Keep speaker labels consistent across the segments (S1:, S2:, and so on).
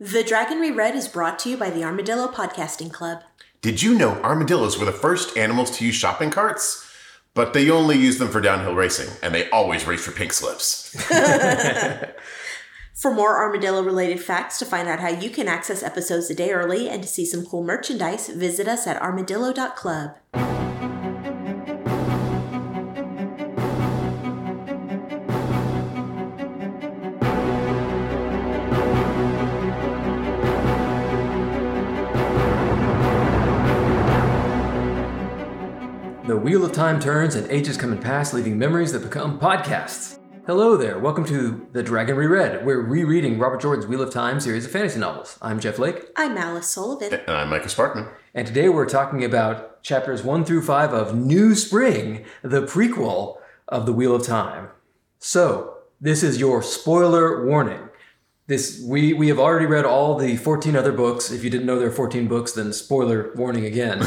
S1: The Dragon Reread is brought to you by the Armadillo Podcasting Club.
S2: Did you know armadillos were the first animals to use shopping carts? But they only use them for downhill racing, and they always race for pink slips.
S1: For more armadillo related facts, to find out how you can access episodes a day early, and to see some cool merchandise, visit us at armadillo.club.
S3: The wheel of time turns and ages come and pass, leaving memories that become podcasts. Hello there, welcome to The Dragon Reread. We're rereading Robert Jordan's Wheel of Time series of fantasy novels. I'm Jeff Lake,
S1: I'm Alice Sullivan.
S2: and I'm Michael Sparkman.
S3: and today we're talking about chapters 1 through 5 of New Spring, the prequel of The Wheel of Time. So, this is your spoiler warning. This we we have already read all the 14 other books. If you didn't know there are 14 books, then spoiler warning again.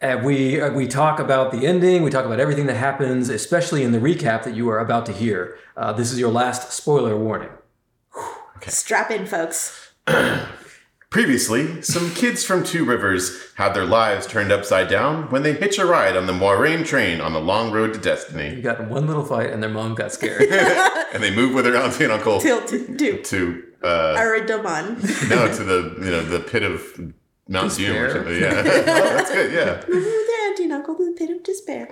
S3: And we uh, we talk about the ending. We talk about everything that happens, especially in the recap that you are about to hear. Uh, this is your last spoiler warning.
S1: Strap in, folks.
S2: Previously, some kids from Two Rivers had their lives turned upside down when they hitch a ride on the Moraine train on the long road to
S3: We
S2: destiny,
S3: got in one little fight, and their mom got scared.
S2: and they move with their auntie and uncle
S1: Tilt do
S2: to uh,
S1: Aridaman.
S2: no to the you know the pit of Mount Doom or
S3: Despair.
S2: something. Yeah, oh, that's good. Yeah.
S1: Dad, you not go to the pit of despair.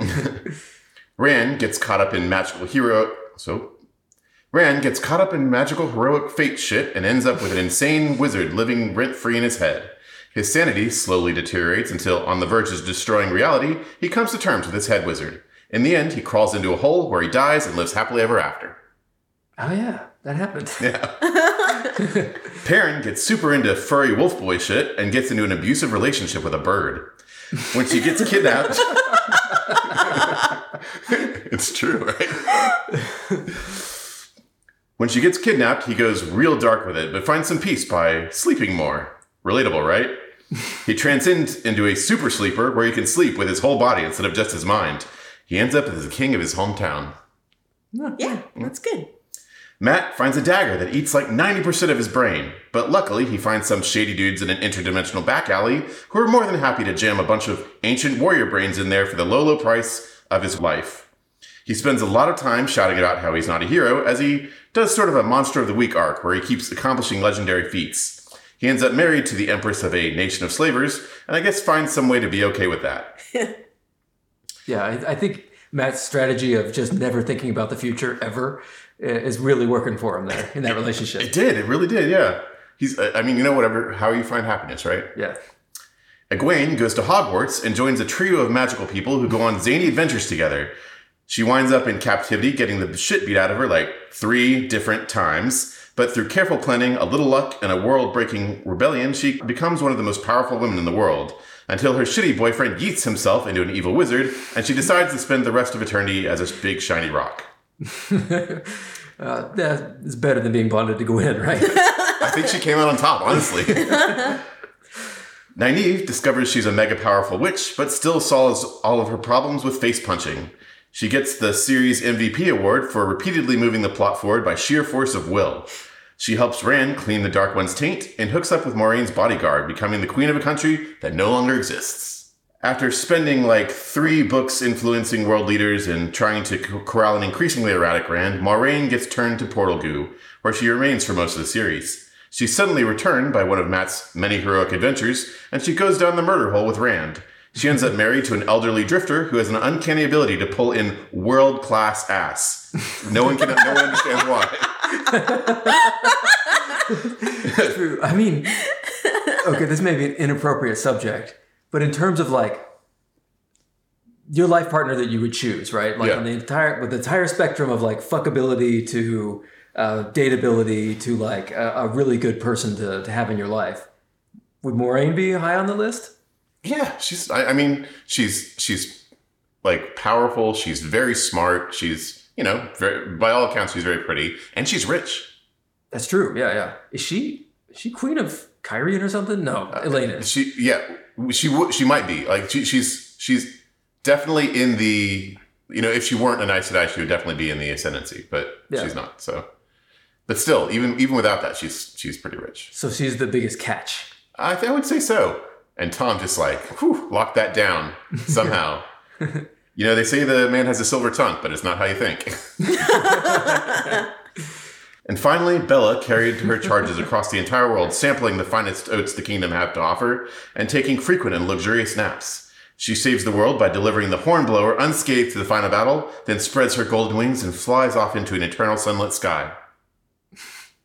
S2: Ran gets caught up in magical hero. So, Ran gets caught up in magical heroic fate shit and ends up with an insane wizard living rent free in his head. His sanity slowly deteriorates until, on the verge of destroying reality, he comes to terms with his head wizard. In the end, he crawls into a hole where he dies and lives happily ever after.
S3: oh yeah, that happened.
S2: Perrin gets super into furry wolf boy shit and gets into an abusive relationship with a bird. When she gets kidnapped. it's true, right? when she gets kidnapped, he goes real dark with it, but finds some peace by sleeping more. Relatable, right? He transcends into a super sleeper where he can sleep with his whole body instead of just his mind. He ends up as the king of his hometown.
S1: Yeah, that's good.
S2: Matt finds a dagger that eats like 90% of his brain, but luckily he finds some shady dudes in an interdimensional back alley who are more than happy to jam a bunch of ancient warrior brains in there for the low, low price of his life. He spends a lot of time shouting about how he's not a hero as he does sort of a Monster of the Week arc where he keeps accomplishing legendary feats. He ends up married to the Empress of a nation of slavers, and I guess finds some way to be okay with that.
S3: Yeah, I, I think Matt's strategy of just never thinking about the future ever i- is really working for him there in that
S2: It
S3: relationship.
S2: did, it really did, yeah. He's, I I mean, you know, whatever, how you find happiness, right?
S3: Yeah.
S2: Egwene goes to Hogwarts and joins a trio of magical people who go on zany adventures together. She winds up in captivity, getting the shit beat out of her like three different times. But through careful planning, a little luck, and a world breaking rebellion, she becomes one of the most powerful women in the world. Until her shitty boyfriend yeets himself into an evil wizard, and she decides to spend the rest of eternity as a big shiny rock.
S3: Uh, that is better than being bonded to Gwen, right?
S2: I think she came out on top, honestly. Nynaeve discovers she's a mega powerful witch, but still solves all of her problems with face punching. She gets the series MVP award for repeatedly moving the plot forward by sheer force of will. She helps Rand clean the Dark One's taint and hooks up with Maureen's bodyguard, becoming the queen of a country that no longer exists. After spending like three books influencing world leaders and trying to co- corral an increasingly erratic Rand, Moraine gets turned to Portal Goo, where she remains for most of the series. She's suddenly returned by one of Matt's many heroic adventures, and she goes down the murder hole with Rand. She ends up married to an elderly drifter who has an uncanny ability to pull in world class ass. No one can no one understands why.
S3: True. I mean, okay, this may be an inappropriate subject, but in terms of like your life partner that you would choose, right? Like
S2: Yeah.
S3: on the entire with the entire spectrum of like fuckability to uh, dateability to like a, a really good person to, to have in your life. Would Moraine be high on the list?
S2: Yeah, she's I, I mean, she's she's like powerful, she's very smart, she's you know, very, by all accounts she's very pretty, and she's rich.
S3: That's true. Yeah, yeah. Is she is she queen of Kyrian or something? No,
S2: Uh,
S3: Elena.
S2: She yeah, she would she might be. Like she, she's she's definitely in the you know, if she weren't an Aes Sedai, she would definitely be in the ascendancy, but
S3: Yeah.
S2: she's not. So But still, even even without that, she's she's pretty rich.
S3: So she's the biggest catch.
S2: I, th- I would say so. And Tom just like whew, locked that down somehow. you know, they say the man has a silver tongue, but it's not how you think. and finally, Bella carried her charges across the entire world, sampling the finest oats the kingdom had to offer and taking frequent and luxurious naps. She saves the world by delivering the hornblower unscathed to the final battle, then spreads her golden wings and flies off into an eternal sunlit sky.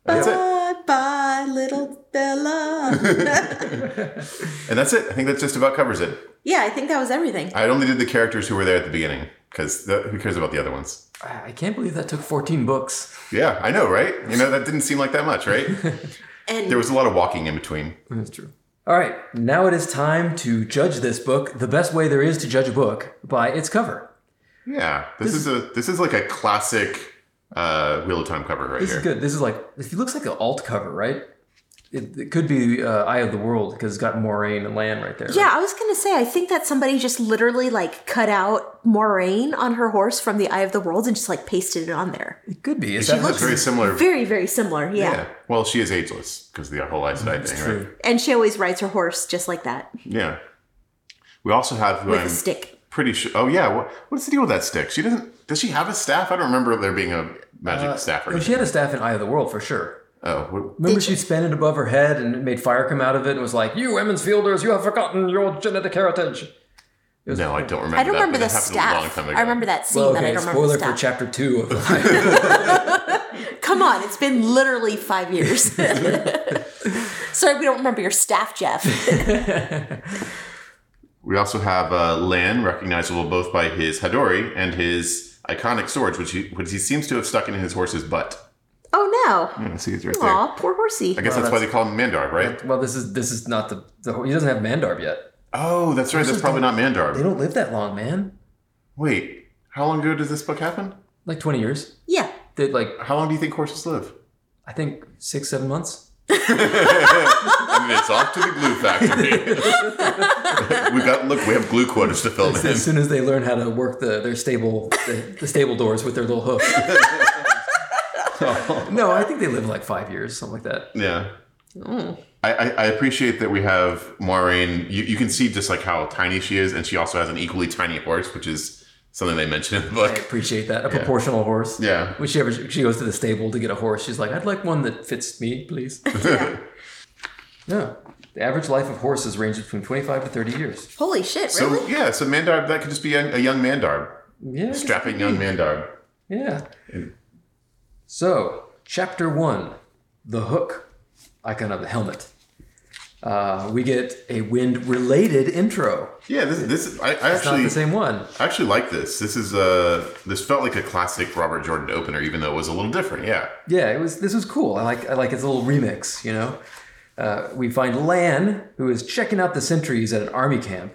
S2: That's it.
S1: Bye, bye, little Bella.
S2: And that's it. I think that just about covers it.
S1: yeah, I think that was everything.
S2: I only did the characters who were there at the beginning because who cares about the other ones?
S3: I I can't believe that took 14 books.
S2: Yeah, I know, right? You know, that didn't seem like that much, right?
S1: And
S2: there was a lot of walking in between.
S3: That's true. All right, now it is time to judge this book the best way there is to judge a book by its cover.
S2: Yeah, this, is a this is like a classic uh, Wheel of Time cover right
S3: This
S2: here.
S3: is good. This is like, it looks like an alt cover, right? It, it could be uh, Eye of the World because it's got Moraine and Lan right there.
S1: yeah, I was gonna say, I think that somebody just literally like cut out Moraine on her horse from the Eye of the World and just like pasted it on there.
S3: It could be. It's
S2: She
S3: that
S2: looks very similar.
S1: Very, very similar. Yeah.
S2: Well, she is ageless because the whole Aes Sedai thing, right?
S3: true.
S1: And she always rides her horse just like that
S2: Yeah. We also have who
S1: with
S2: I'm
S1: a stick.
S2: pretty sure. Oh yeah, what, what's the deal with that stick? She doesn't. Does she have a staff? I don't remember there being a magic staff or
S3: Well, she
S2: anything.
S3: had a staff in Eye of the World for sure.
S2: oh, what-
S3: Remember, she spanned it above her head and it made fire come out of it and was like, You women's fielders, you have forgotten your genetic heritage.
S2: no, I don't remember.
S1: I don't
S2: that,
S1: remember
S2: but
S1: the
S2: it happened A long
S1: staff.
S2: time ago.
S1: I remember that scene,
S3: Well,
S1: but I
S3: okay,
S1: don't remember
S3: spoiler
S1: the
S3: for
S1: staff.
S3: chapter two of the
S1: Come on, it's been literally five years. Sorry, we don't remember your staff, Jeff.
S2: We also have uh, Lan, recognizable both by his Hadori and his iconic swords, which he, which he seems to have stuck in his horse's butt.
S1: Oh no.
S2: Yeah, see, it's right
S1: Aw, poor horsey.
S2: there. I guess that's why they call him Mandarb, right?
S3: Well, this is this is not the, the he doesn't have Mandarb yet.
S2: Oh, that's right. That's probably not
S3: They
S2: Mandarb.
S3: don't live that long, man.
S2: Wait, how long ago does this book happen?
S3: Like twenty years.
S1: Yeah.
S3: They like
S2: How long do you think horses live?
S3: I think six, seven months.
S2: And it's off to the glue factory. we got look. We have glue quotas to fill in.
S3: As soon as they learn how to work the their stable the, the stable doors with their little hoof. no, I think they live like five years, something like that.
S2: Yeah.
S3: Oh.
S2: I, I, I appreciate that we have Maureen. You, you can see just like how tiny she is, and she also has an equally tiny horse, which is something they mention in the
S3: I
S2: book.
S3: appreciate that. A proportional horse.
S2: Yeah.
S3: Whichever she goes to the stable to get a horse, she's like, I'd like one that fits me, please. no. The average life of horses ranges between twenty five to thirty years.
S1: Holy shit,
S2: So
S1: really?
S2: yeah, so Mandarb that could just be a, a young Mandarb,
S3: Yeah. I guess-
S2: strapping young Mandarb.
S3: Yeah. So, chapter one, the hook, icon of the helmet. Uh, we get a wind-related intro.
S2: Yeah, this this I, I
S3: It's not
S2: actually
S3: the same one.
S2: I actually like this. This is uh this felt like a classic Robert Jordan opener, even though it was a little different. Yeah,
S3: Yeah, it was. This was cool. I like. I like its little remix. You know, uh, we find Lan, who is checking out the sentries at an army camp,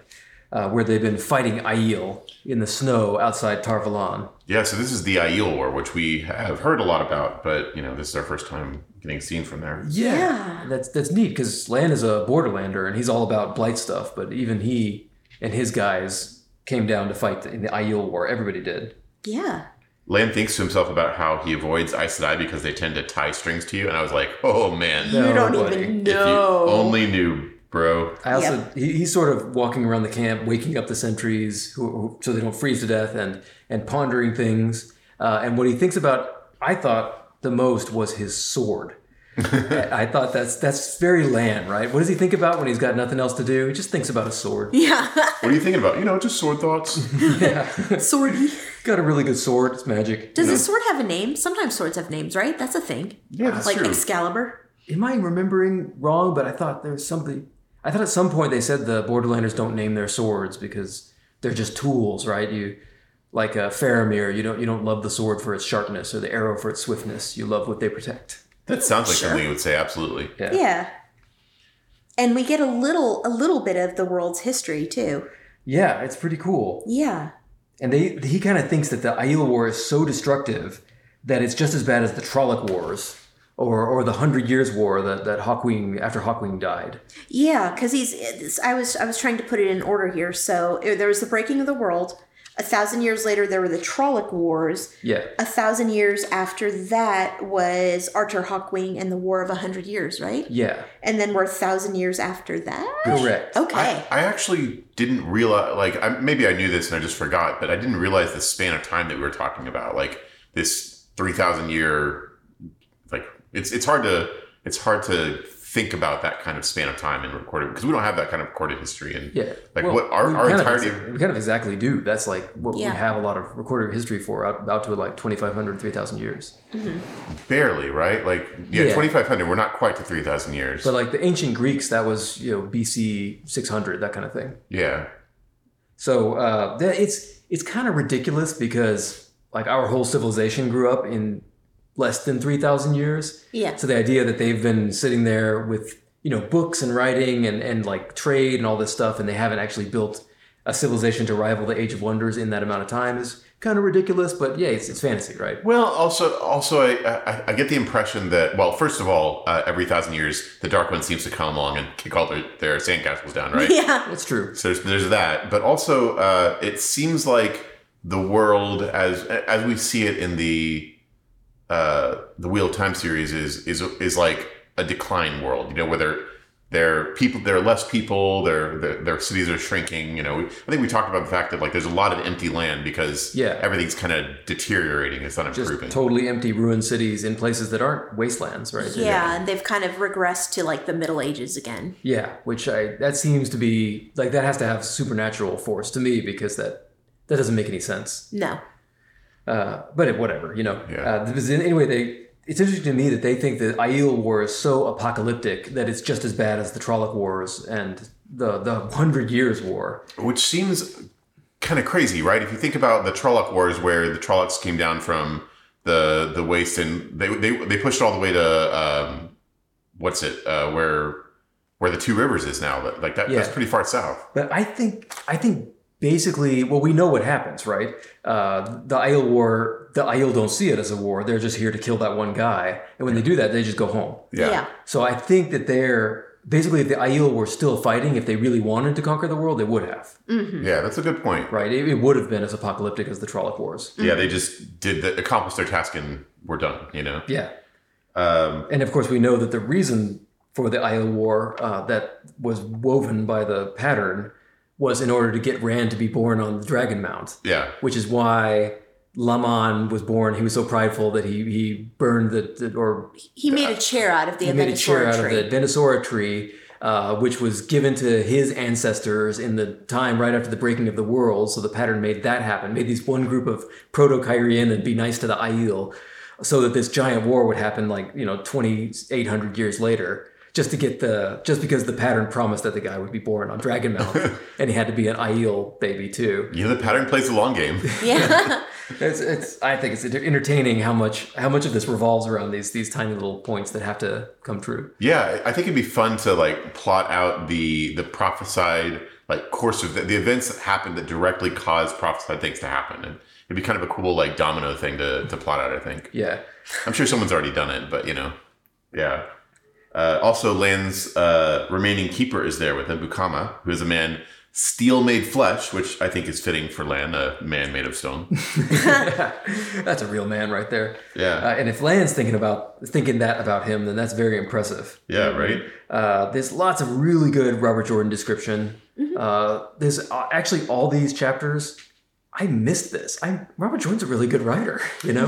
S3: uh, where they've been fighting Aiel in the snow outside Tarvalon.
S2: yeah. So this is the Aiel War, which we have heard a lot about, but you know this is our first time getting seen from there.
S3: Yeah,
S1: Yeah.
S3: that's that's neat because Lan is a Borderlander and he's all about blight stuff. But even he and his guys came down to fight in the Aiel War. Everybody did.
S1: Yeah.
S2: Lan thinks to himself about how he avoids Aes Sedai because they tend to tie strings to you, and I was like, oh man,
S3: No.
S1: You don't
S3: buddy.
S1: even
S2: if you
S1: know.
S2: only knew, bro.
S3: I also he, he's sort of walking around the camp, waking up the sentries who, who, so they don't freeze to death, and and pondering things. Uh, and what he thinks about, I thought the most was his sword. I I thought that's that's very Lan, right? What does he think about when he's got nothing else to do? He just thinks about his sword.
S1: yeah.
S2: What are you thinking about? You know, just sword thoughts.
S1: Swordy.
S3: got a really good sword. It's magic.
S1: Does his sword have a name? Sometimes swords have names, right? That's a thing.
S2: Yeah, that's
S1: like
S2: true.
S1: Excalibur.
S3: Am I remembering wrong? But I thought there was something. I thought at some point they said the Borderlanders don't name their swords because they're just tools, right? You like a Faramir, you don't you don't love the sword for its sharpness or the arrow for its swiftness. You love what they protect.
S2: that sounds like something you would say. Absolutely.
S3: Yeah.
S1: Yeah. And we get a little a little bit of the world's history too.
S3: Yeah, it's pretty cool.
S1: Yeah.
S3: And they he kind of thinks that the Aiel War is so destructive that it's just as bad as the Trolloc Wars or or the Hundred Years War that that Hawkwing after Hawkwing died.
S1: uh, Yeah, because he's. it's- I was. I was trying to put it in order here. So eh, there was the breaking of the world. A thousand years later, there were the Trolloc Wars.
S3: Yeah.
S1: A thousand years after that was Arthur Hawkwing and the War of a Hundred Years, right?
S3: Yeah.
S1: And then we're a thousand years after that.
S3: Correct.
S1: Okay.
S2: I, I actually didn't realize, like, I, maybe I knew this and I just forgot, but I didn't realize the span of time that we were talking about, like this three thousand year, like it's it's hard to it's hard to think about that kind of span of time in recorded because we don't have that kind of recorded history and
S3: Yeah.
S2: like what our,
S3: we
S2: our
S3: kind of
S2: entirety.
S3: ex- we kind of exactly do. That's like what
S1: Yeah.
S3: we have a lot of recorded history for out, out to like 2,500, 3,000 years.
S2: barely right like yeah,
S3: Yeah.
S2: 2500 we're not quite to 3000 years
S3: But like the ancient Greeks, that was, you know, BC 600, that kind of thing.
S2: yeah
S3: So uh, that it's it's kind of ridiculous because like our whole civilization grew up in less than three thousand years.
S1: Yeah.
S3: So the idea that they've been sitting there with you know books and writing and and like trade and all this stuff, and they haven't actually built a civilization to rival the Age of Wonders in that amount of time is kind of ridiculous. But yeah, it's, it's fantasy, right?
S2: well also also I, I i get the impression that well first of all uh, every thousand years the dark one seems to come along and kick all their, their sandcastles down right
S1: Yeah.
S3: That's true.
S2: so there's, there's that but also uh it seems like the world as as we see it in the uh the wheel of time series is is is like a decline world you know where there there are people there are less people their their their cities are shrinking you know i think we talked about the fact that like there's a lot of empty land because
S3: Yeah.
S2: everything's kind of deteriorating it's not
S3: Just
S2: improving
S3: totally empty ruined cities in places that aren't wastelands, right?
S1: Yeah. And they've kind of regressed to like the Middle Ages again.
S3: Yeah, which I that seems to be like that has to have supernatural force to me because that that doesn't make any sense.
S1: No.
S3: Uh, but it, whatever, you know.
S2: Yeah.
S3: Uh, because anyway, they it's interesting to me that they think the Aiel War is so apocalyptic that it's just as bad as the Trolloc Wars and the the Hundred Years War.
S2: which seems kind of crazy, right? If you think about the Trolloc Wars, where the Trollocs came down from the the waste and they they, they pushed all the way to um, what's it uh, where where the Two Rivers is now, but, like that that's
S3: Yeah.
S2: pretty far south.
S3: But I think I think basically, well, we know what happens, right? Uh, the Aiel War, the Aiel don't see it as a war; they're just here to kill that one guy, and when they do that, they just go home.
S1: Yeah.
S3: So I think that they're basically if the Aiel were still fighting, if they really wanted to conquer the world, they would have.
S2: yeah,
S1: Mm-hmm.
S2: that's a good point.
S3: Right? It, it would have been as apocalyptic as the Trolloc Wars.
S2: Yeah, they just did the, accomplished their task and were done. You know,
S3: Yeah.
S2: um,
S3: And of course, we know that the reason for the Aiel War uh, that was woven by the pattern was in order to get Rand to be born on the Dragon Mount,
S2: yeah,
S3: which is why Laman was born. He was so prideful that he he burned the, the or
S1: He made a chair out of the
S3: he made a chair
S1: Avenosaur
S3: out
S1: tree.
S3: of the Denisora tree, uh, which was given to his ancestors in the time right after the breaking of the world. So the pattern made that happen, made these one group of proto Kyrian and be nice to the Aiel, so that this giant war would happen like you know twenty eight hundred years later. Just to get the just because the pattern promised that the guy would be born on Dragon Mount, and he had to be an Aiel baby too.
S2: you know the pattern plays the long game.
S1: yeah.
S3: It's, it's I think it's entertaining how much how much of this revolves around these these tiny little points that have to come true.
S2: Yeah, I I think it'd be fun to like plot out the the prophesied like course of the, the events that happened that directly caused prophesied things to happen, and it'd be kind of a cool like domino thing to to plot out. I think
S3: Yeah.
S2: I'm sure someone's already done it, but you know, yeah. Uh, also, Land's uh, remaining keeper is there with him, Bukama, who is a man steel made flesh, which I think is fitting for Land, a man made of stone.
S3: that's a real man right there. Uh,
S2: Yeah,
S3: and if Land's thinking about thinking that about him, then that's very impressive.
S2: yeah, right.
S3: Uh, there's lots of really good Robert Jordan description.
S2: Mm-hmm.
S3: Uh, there's uh, actually all these chapters. I missed this. I Robert Jordan's a really good writer. You know,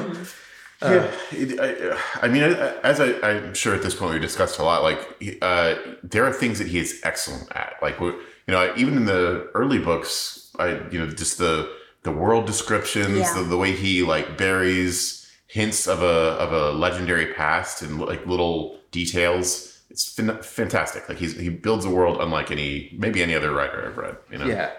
S1: Mm-hmm.
S2: Yeah, Uh, it- I, I mean, I- as I, I'm sure at this point we discussed a lot. Like, uh, there are things that he is excellent at. Like, we- you know, even in the early books, I, you know, just the the world descriptions,
S1: Yeah.
S2: the, the way he like buries hints of a of a legendary past and like little details. It's fin- fantastic. Like he's he builds a world unlike any maybe any other writer I've read. You know,
S3: Yeah.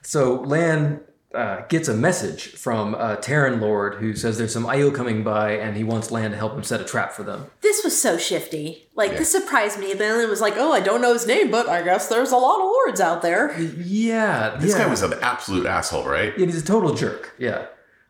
S3: So Lan uh, gets a message from uh, Terran Lord who says there's some Aiel coming by and he wants Lan to help him set a trap for them.
S1: this was so shifty. Like this surprised me. Then it was like, oh, I don't know his name, but I guess there's a lot of lords out there.
S3: Yeah.
S2: this
S3: yeah.
S2: guy was an absolute asshole, right?
S3: Yeah, he's a total jerk. Yeah,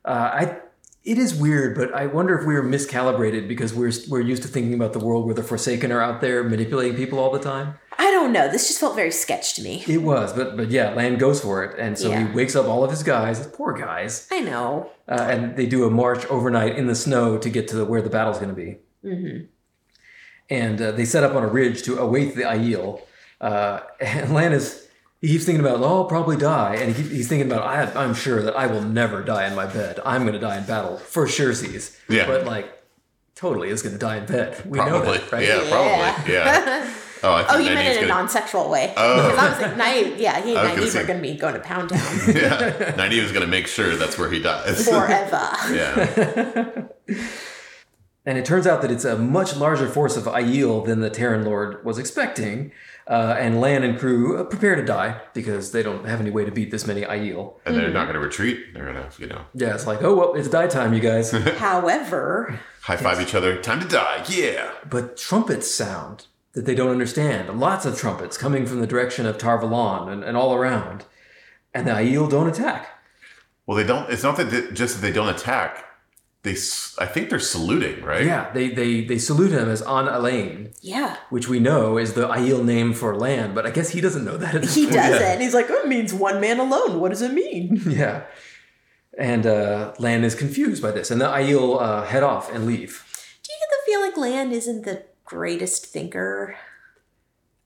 S3: uh, I. It is weird, but I wonder if we are miscalibrated because we're we're used to thinking about the world where the Forsaken are out there manipulating people all the time.
S1: I don't don't know. This just felt very sketch to me.
S3: It was, but but yeah, Land goes for it, and so
S1: Yeah.
S3: he wakes up all of his guys, his poor guys,
S1: I know.
S3: uh, and they do a march overnight in the snow to get to the, where the battle's going to be.
S1: Mm-hmm.
S3: and uh, they set up on a ridge to await the Aiel. Uh, and Lan is he keeps thinking about, oh, I'll probably die, and he, keep- he's thinking about, I, I'm sure that I will never die in my bed. I'm going to die in battle for sure. Sees,
S2: Yeah.
S3: but like, totally is going to die in bed. We know
S2: Probably.
S3: that, right?
S2: Yeah, probably. Yeah. Oh, I think
S1: oh, you
S2: that
S1: meant
S2: he's
S1: in a
S2: gonna-
S1: non-sexual way.
S2: Oh.
S1: Because I was like, naive. Yeah, he
S2: I
S1: and
S2: was gonna
S1: naive
S2: say-
S1: are going to be going to Pound Town
S2: yeah. Nynaeve is going to make sure that's where he dies.
S1: forever.
S2: yeah.
S3: And it turns out that it's a much larger force of Aiel than the Terran Lord was expecting. Uh, and Lan and crew uh, prepare to die because they don't have any way to beat this many Aiel.
S2: And they're not going to retreat. They're going to, you know,
S3: Yeah, it's like, oh, well, it's die time, you guys.
S1: However,
S2: high five each other. Time to die. Yeah.
S3: but trumpets sound that they don't understand. Lots of trumpets coming from the direction of Tarvalon and, and all around. And the Aiel don't attack.
S2: Well, they don't. It's not that they, just that they don't attack. They, s- I think they're saluting, right?
S3: Yeah, they, they, they salute him as An Alain,
S1: yeah,
S3: which we know is the Aiel name for land, but I guess he doesn't know that at this
S1: he
S3: point.
S1: does it. He's like, oh, it means one man alone. What does it mean?
S3: Yeah. And uh, Lan is confused by this, and the Aiel uh, head off and leave.
S1: Do you get the feeling Land isn't the greatest thinker?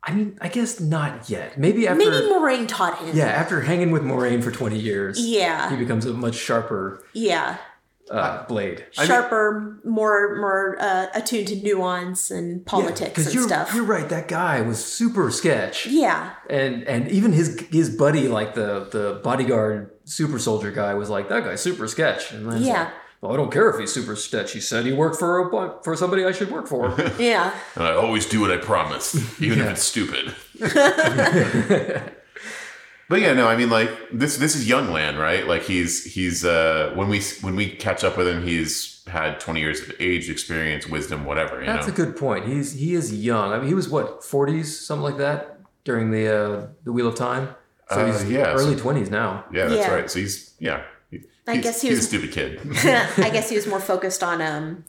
S3: I mean, I guess not yet. Maybe after,
S1: Maybe Moraine taught him.
S3: yeah, after hanging with Moraine for twenty years, he
S1: Yeah.
S3: becomes a much sharper
S1: Yeah.
S3: uh, blade.
S2: I mean-
S1: Sharper, more more uh, attuned to nuance and politics
S3: because
S1: and
S3: you're,
S1: stuff.
S3: You're right. That guy was super sketch,
S1: yeah.
S3: and and even his his buddy, like the the bodyguard super soldier guy, was like that guy's super sketch. And then
S1: Yeah.
S3: like, well, I don't care if he's super sketch. He said he worked for a bu- for somebody I should work for.
S1: Yeah.
S2: And I always do what I promise, even if it's stupid. but yeah, no, I mean, like this. This is young land, right? Like he's he's uh, when we when we catch up with him, he's had twenty years of age, experience, wisdom, whatever. You
S3: That's
S2: know,
S3: a good point. He's he is young. I mean, he was what forties, something like that, during the uh, the Wheel of Time. So
S2: Uh,
S3: he's
S2: yeah, so-
S3: early twenties now.
S2: yeah, that's
S1: Yeah.
S2: right. So he's yeah. He-
S1: I
S2: he's-
S1: guess he
S2: he's
S1: was-
S2: a stupid kid.
S1: I guess he was more focused on um,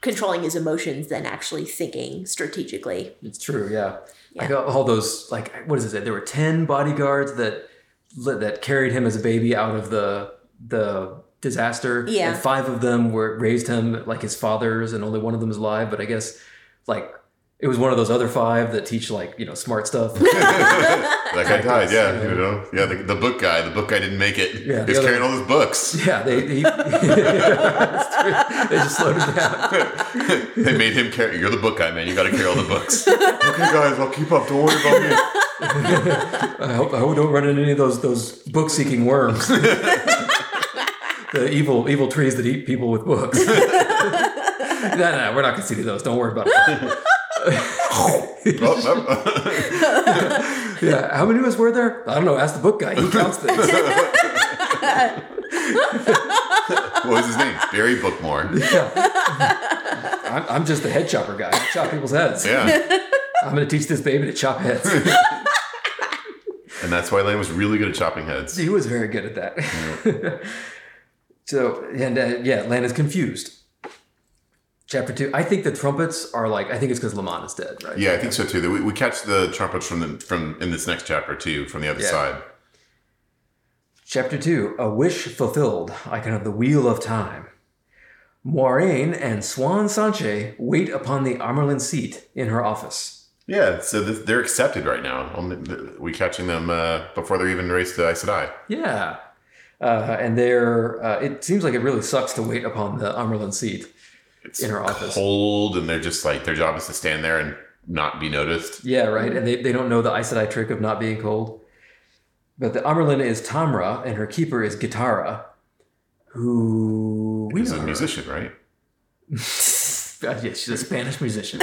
S1: controlling his emotions than actually thinking strategically.
S3: It's true, yeah.
S1: Yeah.
S3: Like all all those, like what is it? There were ten bodyguards that that carried him as a baby out of the the disaster.
S1: Yeah.
S3: and five of them were raised him like his fathers, and only one of them is alive. But I guess like it was one of those other five that teach like you know smart stuff.
S2: That guy died. Yeah, you know, yeah. The, the book guy. The book guy didn't make it.
S3: Yeah, the
S2: he's
S3: other-
S2: carrying all his books.
S3: yeah, they they, It's true. they just slowed him down.
S2: they made him carry. You're the book guy, man. You got to carry all the books. okay, guys, I'll keep up. Don't worry about me.
S3: I hope I hope we don't run into any of those those book seeking worms. the evil evil trees that eat people with books. no, no, no, we're not gonna see those. Don't worry about it.
S2: Oh, oh.
S3: Yeah, how many of us were there? I don't know. Ask the book guy. He counts them.
S2: what was his name? Barry Bookmore.
S3: I'm, I'm just the head chopper guy. I chop people's heads.
S2: Yeah.
S3: I'm gonna teach this baby to chop heads.
S2: And that's why Lane was really good at chopping heads.
S3: He was very good at that. so, and uh, yeah, Lana's confused. Chapter two. I think the trumpets are like. I think it's because Lamont is dead, right?
S2: Yeah, I think so too. We, we catch the trumpets from the, from in this next chapter too, from the other
S3: Yeah.
S2: side.
S3: Chapter 2 A Wish Fulfilled, Icon of the Wheel of Time. Moiraine and Swan Sanche wait upon the Armerlin seat in her office.
S2: Yeah, so th- they're accepted right now. Only th- We catching them uh, before they're even raised to Aes Sedai.
S3: Yeah. Uh, and they're, uh, it seems like it really sucks to wait upon the Armerlin seat.
S2: It's
S3: In her office.
S2: cold, and they're just like their job is to stand there and not be noticed.
S3: Yeah, right. And they, they don't know the Aes Sedai trick of not being cold. But the Armerlin is Tamra, and her keeper is Gitara, who we
S2: He's
S3: know
S2: a
S3: her.
S2: musician, right?
S3: Uh, yeah, she's a Spanish musician.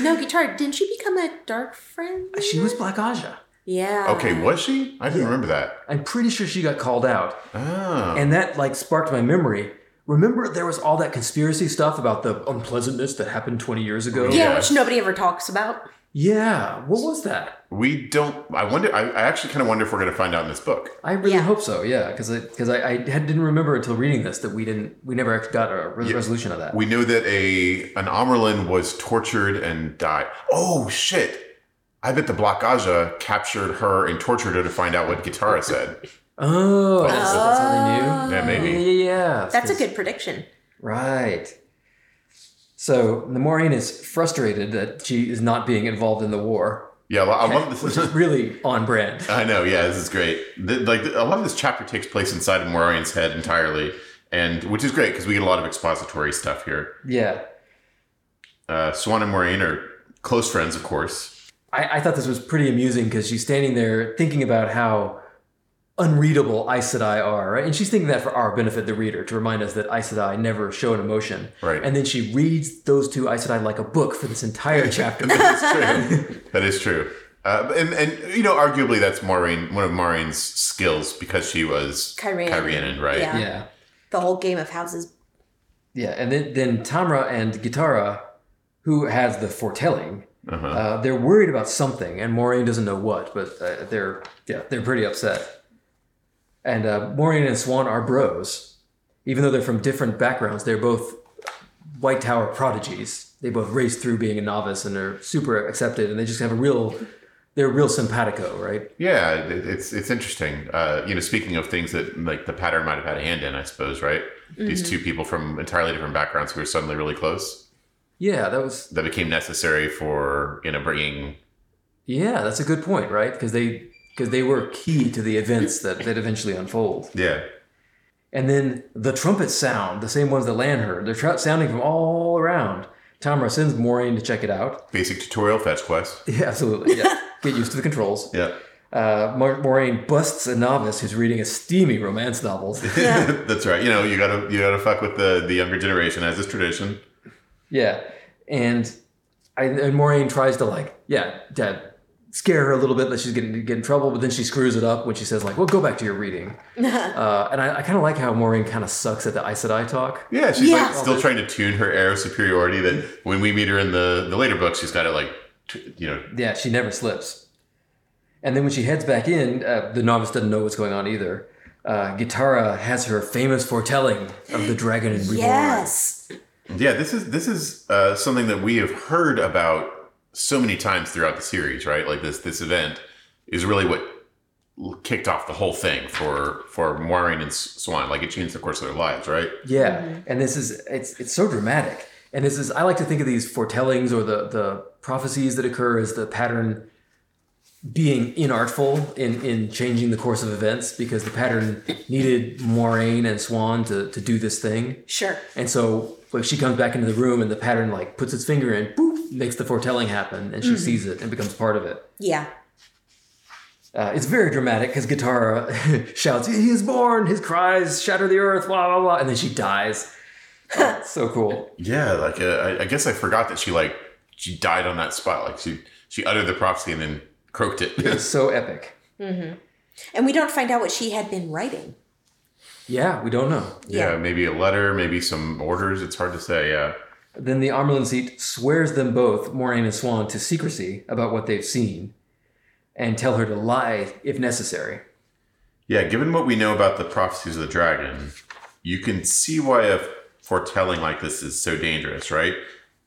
S1: No, guitar. Didn't she become a dark friend?
S3: Uh, she was Black Aja.
S1: Yeah.
S2: Okay, was she? I didn't remember that.
S3: I'm pretty sure she got called out.
S2: Oh,
S3: and that like sparked my memory. Remember, there was all that conspiracy stuff about the unpleasantness that happened 20 years ago.
S1: Yeah,
S2: Yeah.
S1: which nobody ever talks about.
S3: Yeah. What was that?
S2: We don't. I wonder. I, I actually kind of wonder if we're going to find out in this book.
S3: I really
S1: Yeah.
S3: hope so. Yeah, because because I, I, had, didn't remember until reading this that we didn't we never actually got a res-
S2: Yeah.
S3: resolution of that.
S2: We know that a an Amerlin was tortured and died. Oh shit! I bet the Blockaja captured her and tortured her to find out what Guitarra said.
S3: oh,
S2: That's-
S3: so that's how
S1: Oh.
S3: they knew.
S2: Yeah,
S3: Yeah,
S2: maybe.
S3: yeah, yeah.
S1: That's a
S3: 'cause-
S1: good prediction.
S3: Right. So the Maureen is frustrated that she is not being involved in the war,
S2: Yeah, I love this.
S3: which is really on brand.
S2: I know. Yeah, this is great. Th like a lot of this chapter takes place inside of Moraine's head entirely, and which is great because we get a lot of expository stuff here.
S3: Yeah.
S2: Uh, Swan and Moraine are close friends, of course.
S3: I, I thought this was pretty amusing because she's standing there thinking about how unreadable Aes Sedai are, right? And she's thinking that for our benefit, the reader, to remind us that Aes Sedai never show an emotion.
S2: Right.
S3: And then she reads those two Aes Sedai like a book for this entire chapter.
S2: that is true. That is true. Uh, and, and you know, arguably that's Moraine, one of Moraine's skills because she was
S1: Kyrian.
S2: Kyrianan, right?
S1: Yeah.
S3: yeah.
S1: The whole game of houses.
S3: Yeah. And then, then Tamra and Guitara, who has the foretelling,
S2: Uh-huh.
S3: Uh, they're worried about something, and Maureen doesn't know what, but uh, they're yeah, they're pretty upset. And uh, Maureen and Swan are bros, even though they're from different backgrounds. They're both White Tower prodigies. They both raced through being a novice and are super accepted, and they just have a real, they're real simpatico, right?
S2: Yeah, it- it's it's interesting. Uh, you know, speaking of things that like the pattern might have had a hand in, I suppose, right? These two people from entirely different backgrounds who are suddenly really close
S3: Yeah, that was
S2: that became necessary for you know bringing
S3: yeah, that's a good point, right? Because they because they were key to the events that that eventually unfold.
S2: yeah
S3: And then the trumpets sound, the same ones that Lan heard. They're tr- sounding from all around. Tamra sends Maureen to check it out.
S2: basic tutorial fetch quest.
S3: Yeah, absolutely. Yeah. Get used to the controls.
S2: Yeah,
S3: Uh, Ma- Maureen busts a novice who's reading a steamy romance novel.
S2: that's right. You know, you gotta you gotta fuck with the the younger generation as is tradition.
S3: yeah. And I, and Maureen tries to like, yeah, yeah, scare her a little bit that she's getting to get in trouble, but then she screws it up when she says like, "Well, go back to your reading." uh, and I, I kind of like how Maureen kind of sucks at the Aes Sedai talk.
S2: Yeah, she's
S1: Yeah.
S2: like still trying to tune her air of superiority. That when we meet her in the the later books, she's got it like t- you know
S3: Yeah, she never slips. And then when she heads back in, uh, the novice doesn't know what's going on either. Uh, Guitara has her famous foretelling of the dragon and reborn.
S1: Yes.
S2: Yeah, this is this is uh, something that we have heard about so many times throughout the series, right? Like this this event is really what kicked off the whole thing for for Maureen and S- Swan. Like it changed the course of their lives, right?
S3: Yeah, and this is it's it's so dramatic. And this is I like to think of these foretellings or the the prophecies that occur as the pattern being inartful in in changing the course of events because the pattern needed Moraine and Swan to to do this thing.
S1: Sure.
S3: And so like she comes back into the room and the pattern like puts its finger in, boop, makes the foretelling happen, and she sees it and becomes part of it.
S1: Yeah.
S3: Uh, it's very dramatic because Guitara shouts, "He is born!" His cries shatter the earth, blah blah blah, and then she dies. Oh, it's so cool.
S2: Yeah, like uh, I, I guess I forgot that she like she died on that spot. Like she she uttered the prophecy and then croaked it.
S3: It's so epic.
S1: And we don't find out what she had been writing.
S3: Yeah, we don't know.
S2: yeah. maybe a letter, maybe some orders. It's hard to say. Yeah,
S3: Then the Armelin seat swears them both, Moraine and Swan, to secrecy about what they've seen, and tell her to lie if necessary.
S2: yeah. Given what we know about the prophecies of the dragon, you can see why a foretelling like this is so dangerous, right?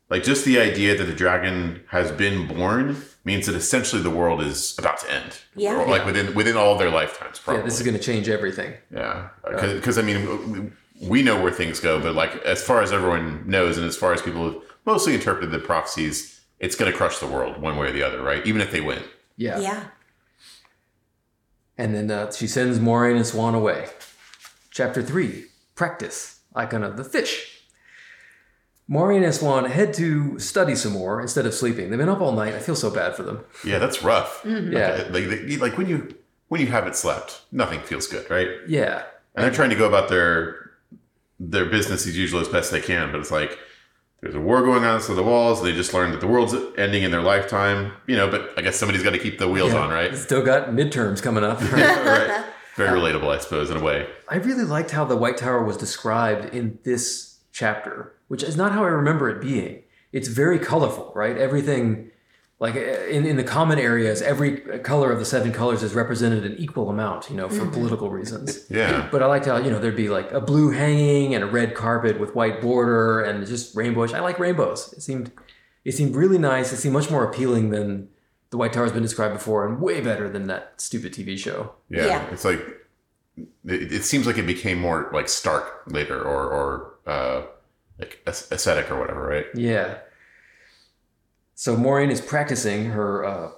S2: Like just the idea that the dragon has been born means that essentially the world is about to end.
S1: Yeah.
S2: Or, like within within all their lifetimes, probably.
S3: Yeah, this is going to change everything.
S2: Yeah, because Uh, I mean, we know where things go, but like as far as everyone knows, and as far as people have mostly interpreted the prophecies, it's going to crush the world one way or the other, right? Even if they win.
S3: Yeah.
S1: Yeah.
S3: And then uh, she sends Moraine and Swan away. Chapter 3 Practice Icon of the Fish. Maureen and Swan head to study some more instead of sleeping. They've been up all night. I feel so bad for them.
S2: Yeah, that's rough.
S3: Yeah.
S2: Like, like, like when you when you haven't slept, nothing feels good, right?
S3: Yeah.
S2: And they're trying to go about their their business as usual as best they can, but it's like there's a war going on outside the walls. They just learned that the world's ending in their lifetime, you know. But I guess somebody's got to keep the wheels on, right?
S3: Still got midterms coming up.
S2: right. Very relatable, I suppose, in a way.
S3: I really liked how the White Tower was described in this chapter, which is not how I remember it being. It's very colorful, right? Everything like uh, in, in the common areas every color of the seven colors is represented an equal amount you know
S2: Mm-hmm.
S3: for political reasons
S2: Yeah.
S3: but i liked how you know there'd be like a blue hanging and a red carpet with white border and just rainbowish i like rainbows it seemed it seemed really nice it seemed much more appealing than the white tower has been described before and way better than that stupid tv show
S2: Yeah.
S1: Yeah.
S2: It's like it, it seems like it became more like stark later or or uh like aes- ascetic or whatever, right?
S3: Yeah. So Maureen is practicing her uh,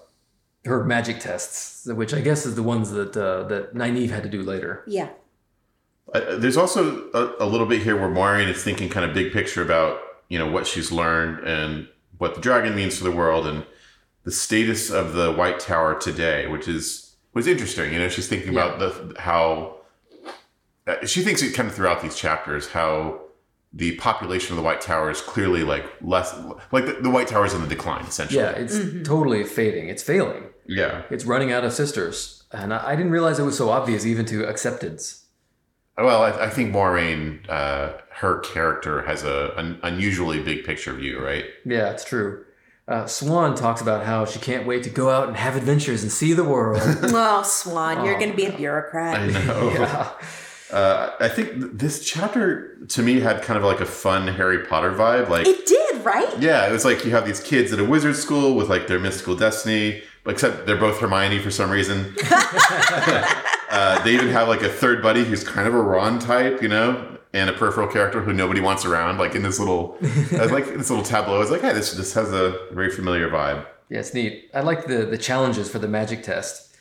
S3: her magic tests, which I guess is the ones that uh, that Nynaeve had to do later.
S1: Yeah.
S2: Uh, there's also a, a little bit here where Maureen is thinking kind of big picture about you know what she's learned and what the dragon means to the world and the status of the White Tower today, which is was interesting. You know, she's thinking
S3: Yeah.
S2: about the how uh, she thinks it kind of throughout these chapters how the population of the White Tower is clearly like less like the, the White Tower is in the decline essentially.
S3: Yeah, it's totally fading. It's failing.
S2: yeah.
S3: It's running out of sisters, and I, I didn't realize it was so obvious even to acceptance.
S2: Well, I, I think Maureen, uh, her character has a an unusually big picture view, right?
S3: Yeah, it's true. Uh, Swan talks about how she can't wait to go out and have adventures and see the world.
S1: Oh, Swan, you're
S3: Oh,
S1: going to be a bureaucrat.
S2: I know.
S3: yeah.
S2: Uh, I think th- this chapter to me had kind of like a fun Harry Potter vibe. Like,
S1: It did, right?
S2: yeah, it was like you have these kids at a wizard school with like their mystical destiny, but except they're both Hermione for some reason. uh, they even have like a third buddy who's kind of a Ron type, you know, and a peripheral character who nobody wants around. Like in this little, I was like this little tableau. I was like, hey, this this has a very familiar vibe.
S3: Yeah, it's neat. I like the the challenges for the magic test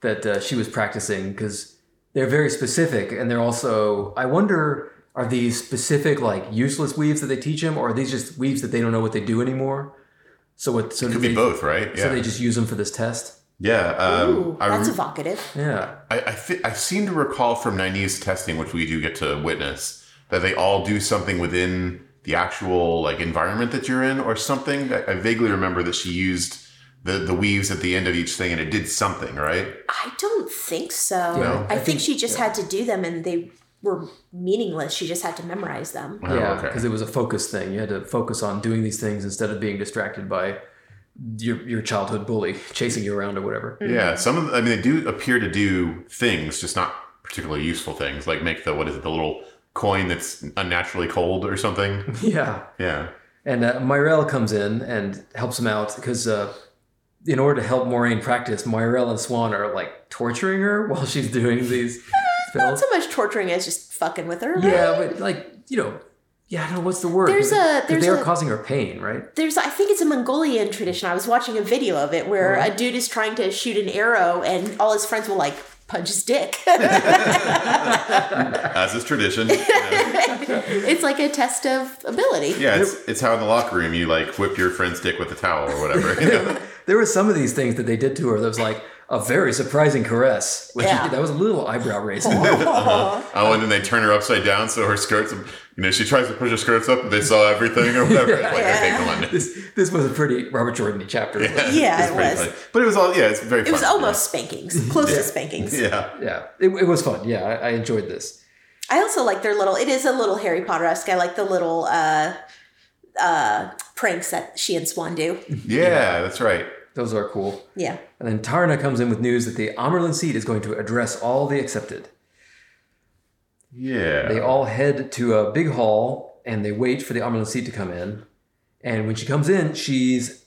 S3: that uh, she was practicing because they're very specific, and they're also. I wonder, are these specific like useless weaves that they teach him, or are these just weaves that they don't know what they do anymore? So what? So
S2: It
S3: do
S2: could be
S3: they-
S2: both, right? Yeah,
S3: So they just use them for this test.
S2: yeah. Um,
S1: Ooh,
S2: I
S1: that's
S2: rem-
S1: evocative.
S3: Yeah,
S2: I, I, fi- I seem to recall from Nynaeve's testing, which we do get to witness, that they all do something within the actual like environment that you're in or something. I, I vaguely remember that she used the, the weaves at the end of each thing and it did something, right?
S1: I don't think so.
S3: No.
S1: I,
S3: I
S1: think,
S3: think-
S1: she just had to do them and they were meaningless. She just had to memorize them.
S2: Oh,
S3: yeah,
S2: okay.
S3: because it was a focus thing. You had to focus on doing these things instead of being distracted by your your childhood bully chasing you around or whatever.
S2: Yeah, some of the, I mean, they do appear to do things, just not particularly useful things, like make the, what is it, the little coin that's unnaturally cold or something.
S1: Mm-hmm.
S3: Yeah.
S2: yeah.
S3: And uh, Myrel comes in and helps him out because uh, in order to help Moraine practice, Myrel and Swan are like torturing her while she's doing these
S1: Not
S3: spells.
S1: so much torturing as just fucking with her. right?
S3: Yeah, but like you know, yeah, I don't know what's the word.
S1: There's a-
S3: 'Cause
S1: there's
S3: they are
S1: a-
S3: causing her pain, right?
S1: There's, I think it's a Mongolian tradition. I was watching a video of it where
S2: Uh-huh.
S1: a dude is trying to shoot an arrow and all his friends will like punch his dick.
S2: As is tradition. Yeah.
S1: it's like a test of ability.
S2: Yeah, it's, it's how in the locker room you like whip your friend's dick with a towel or whatever. you know?
S3: There were some of these things that they did to her that was like a very surprising caress, which
S1: Yeah.
S3: that was a little eyebrow raising.
S2: Oh, and then they turn her upside down so her skirts, you know, she tries to push her skirts up, but they saw everything or whatever. It's like, okay, come on.
S3: this this was a pretty Robert Jordan chapter. Yeah.
S1: Yeah,
S2: It's
S1: it
S2: pretty
S1: was.
S2: funny. But it was all, yeah, it's very
S1: It was
S2: fun,
S1: almost spankings, close to spankings.
S2: Yeah. yeah.
S3: yeah, it, it was fun. Yeah, I, I enjoyed this.
S1: I also like their little. It is a little Harry Potter esque. I like the little uh, uh, pranks that she and Swan do.
S2: Yeah, that's right.
S3: Those are cool.
S1: Yeah,
S3: And then Tarna comes in with news that the Amerlin seat is going to address all the accepted.
S2: Yeah.
S3: They all head to a big hall and they wait for the Amerlin seat to come in. And when she comes in, she's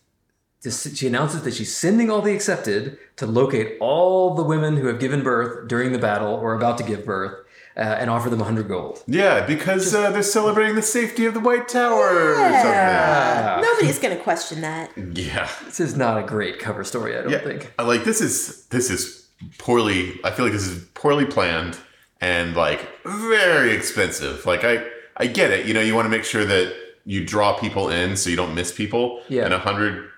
S3: just- she announces that she's sending all the accepted to locate all the women who have given birth during the battle or about to give birth uh, and offer them 100 gold.
S2: yeah, because uh, they're celebrating the safety of the White Tower
S1: yeah. nobody's gonna question that.
S2: or something. Yeah.
S3: This is not a great cover story, I don't
S2: Yeah.
S3: think.
S2: I like this is this is poorly I feel like this is poorly planned and like very expensive. Like I I get it. You know, you want to make sure that you draw people in so you don't miss people.
S3: Yeah.
S2: And a hundred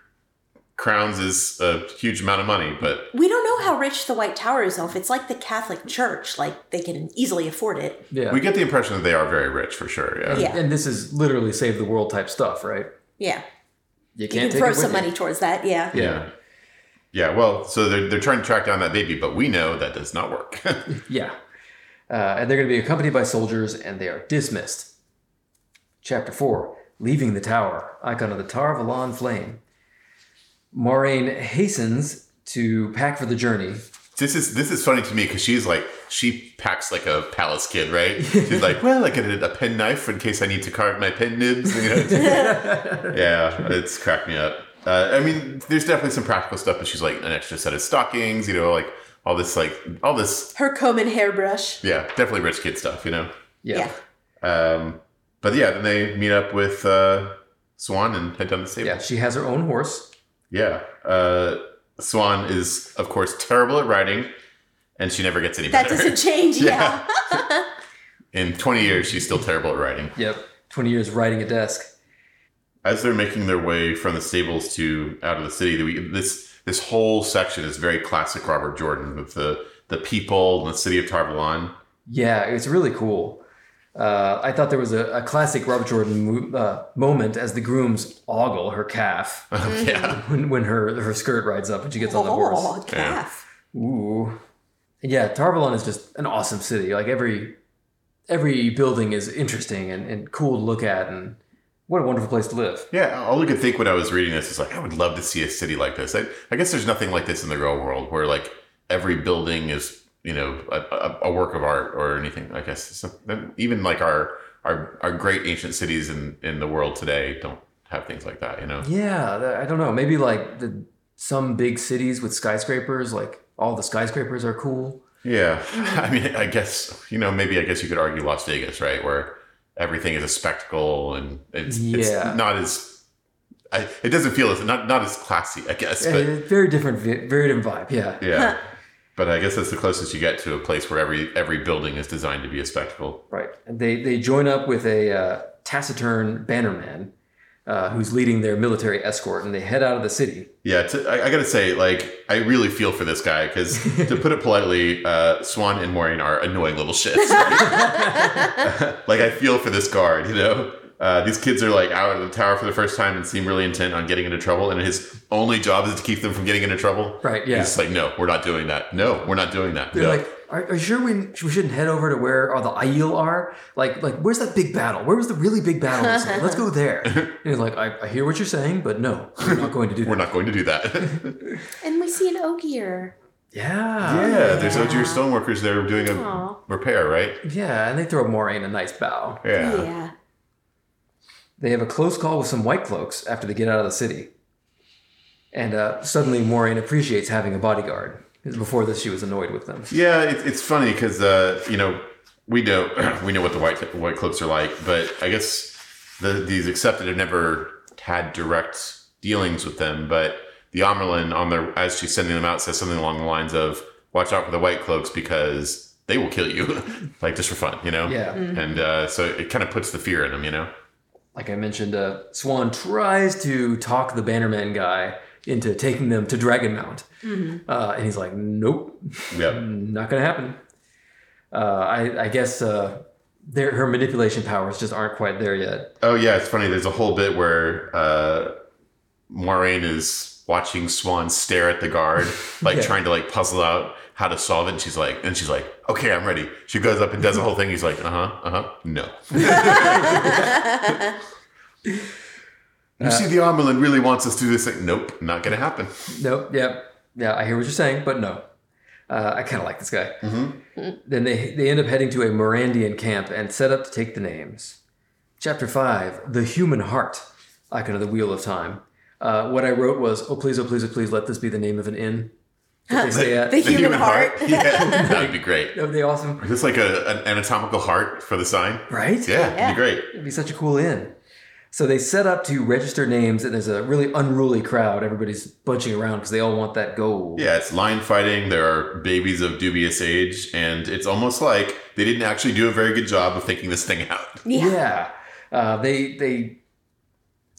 S2: crowns is a huge amount of money, but
S1: We don't know how rich the White Tower is, though. If it's like the Catholic Church, like they can easily afford it.
S3: Yeah.
S2: we get the impression that they are very rich for sure. Yeah.
S1: Yeah.
S3: And this is literally save the world type stuff, right?
S1: Yeah,
S3: You
S1: you can
S3: can't take
S1: throw
S3: it with
S1: some
S3: you.
S1: money towards that. Yeah.
S2: Yeah. Yeah, well, so they're, they're trying to track down that baby, but we know that does not work.
S3: Yeah. Uh, and they're going to be accompanied by soldiers and they are dismissed. Chapter 4 Leaving the Tower, Icon of the Tar Valon Flame. Moraine hastens to pack for the journey.
S2: This is this is funny to me because she's like she packs like a palace kid, right? She's like, well, I get a, a pen knife in case I need to carve my pen nibs. You know? yeah, it's cracked me up. Uh, I mean, there's definitely some practical stuff, but she's like an extra set of stockings, you know, like all this, like all this,
S1: Her comb and hairbrush.
S2: yeah, definitely rich kid stuff, you know.
S3: Yeah.
S1: Yeah.
S2: Um, but yeah, then they meet up with uh, Swan and head down the stable.
S3: Yeah, she has her own horse.
S2: Yeah. Uh, Swan is, of course, terrible at riding, and she never gets any
S1: That
S2: better.
S1: doesn't change. Yeah.
S2: In 20 years, she's still terrible at riding.
S3: Yep. 20 years riding a desk.
S2: As they're making their way from the stables to out of the city, we, this this whole section is very classic Robert Jordan with the the people and the city of Tarvalon.
S3: Yeah, it's really cool. Uh, I thought there was a, a classic Robert Jordan mo- uh, moment as the grooms ogle her calf
S2: yeah.
S3: when, when her, her skirt rides up and she gets on the horse.
S1: Oh, calf.
S3: Ooh. Yeah, Tarvalon is just an awesome city. Like every every building is interesting and, and cool to look at and what a wonderful place to live.
S2: Yeah, all I could think when I was reading this is like, I would love to see a city like this. I, I guess there's nothing like this in the real world where like every building is, you know, a, a, a work of art or anything. I guess so, even like our, our our great ancient cities in in the world today don't have things like that. You know,
S3: Yeah, that- I don't know. Maybe like the some big cities with skyscrapers, like all the skyscrapers are cool.
S2: yeah. I mean, I guess you know, maybe I guess you could argue Las Vegas, right, where everything is a spectacle and it's,
S3: Yeah.
S2: it's not as I, it doesn't feel as not not as classy, I guess.
S3: Yeah,
S2: But
S3: Eh, very different vi- very different vibe, yeah.
S2: Yeah. but I guess that's the closest you get to a place where every every building is designed to be a spectacle.
S3: Right. And they they join up with a uh, taciturn bannerman uh, who's leading their military escort and they head out of the city.
S2: Yeah, to, I, I gotta say, like, I really feel for this guy because, to put it politely, uh, Swan and Maureen are annoying little shits. like, I feel for this guard, you know? Uh, these kids are like out of the tower for the first time and seem really intent on getting into trouble, and his only job is to keep them from getting into trouble.
S3: Right, yeah.
S2: He's just like, no, we're not doing that. No, we're not doing that.
S3: They're
S2: no.
S3: like, are, are you sure we, we shouldn't head over to where all the Aiel are? Like, like where's that big battle? Where was the really big battle? this year? Let's go there. And he's like, I, I hear what you're saying, but no, we're not going to do that.
S2: we're not going to do that.
S1: And we see an ogier.
S3: Yeah.
S2: Yeah, there's Ogier Stoneworkers there doing a
S1: Aw.
S2: repair, right?
S3: Yeah, and they throw Moraine a nice bow.
S1: Yeah.
S2: Yeah.
S3: They have a close call with some white cloaks after they get out of the city. And uh, suddenly Moraine appreciates having a bodyguard. Because before this, she was annoyed with them.
S2: Yeah, it, it's funny because uh, you know we know we know what the white white cloaks are like, but I guess the, these accepted have never had direct dealings with them. But the Amerlin on their as she's sending them out says something along the lines of "Watch out for the white cloaks because they will kill you," like just for fun, you know.
S3: Yeah.
S2: And uh, so it kind of puts the fear in them, you know.
S3: Like I mentioned, uh, Swan tries to talk the Bannerman guy into taking them to Dragonmount. Uh, and he's like, nope,
S2: Yeah.
S3: not going to happen. Uh, I, I guess uh, their, her manipulation powers just aren't quite there yet.
S2: Oh yeah, it's funny. There's a whole bit where uh, Moraine is watching Swan stare at the guard, like
S3: Yeah.
S2: trying to like puzzle out how to solve it. And she's like, and she's like, okay, I'm ready. She goes up and does the whole thing. He's like, uh huh, uh huh, no. you see, the Amelin really wants us to do this thing. Nope, not gonna happen.
S3: Nope, yep. Yeah, I hear what you're saying, but no. Uh, I kind of like this guy. Then they, they end up heading to a Morandian camp and set up to take the names. Chapter 5 The Human Heart, Icon of the Wheel of Time. Uh, what I wrote was, oh, please, oh, please, oh, please, let this be the name of an inn that they stay at. Oh,
S1: The human, heart.
S2: yeah, that'd be great.
S3: That would be awesome.
S2: Is this like a, an anatomical heart for the sign?
S3: Right?
S2: Yeah, it'd be great.
S3: It'd be such a cool inn. So they set up to register names, and there's a really unruly crowd. Everybody's bunching around because they all want that gold.
S2: Yeah, it's line fighting. There are babies of dubious age, and it's almost like they didn't actually do a very good job of thinking this thing out.
S1: Yeah.
S3: Yeah. Uh, they they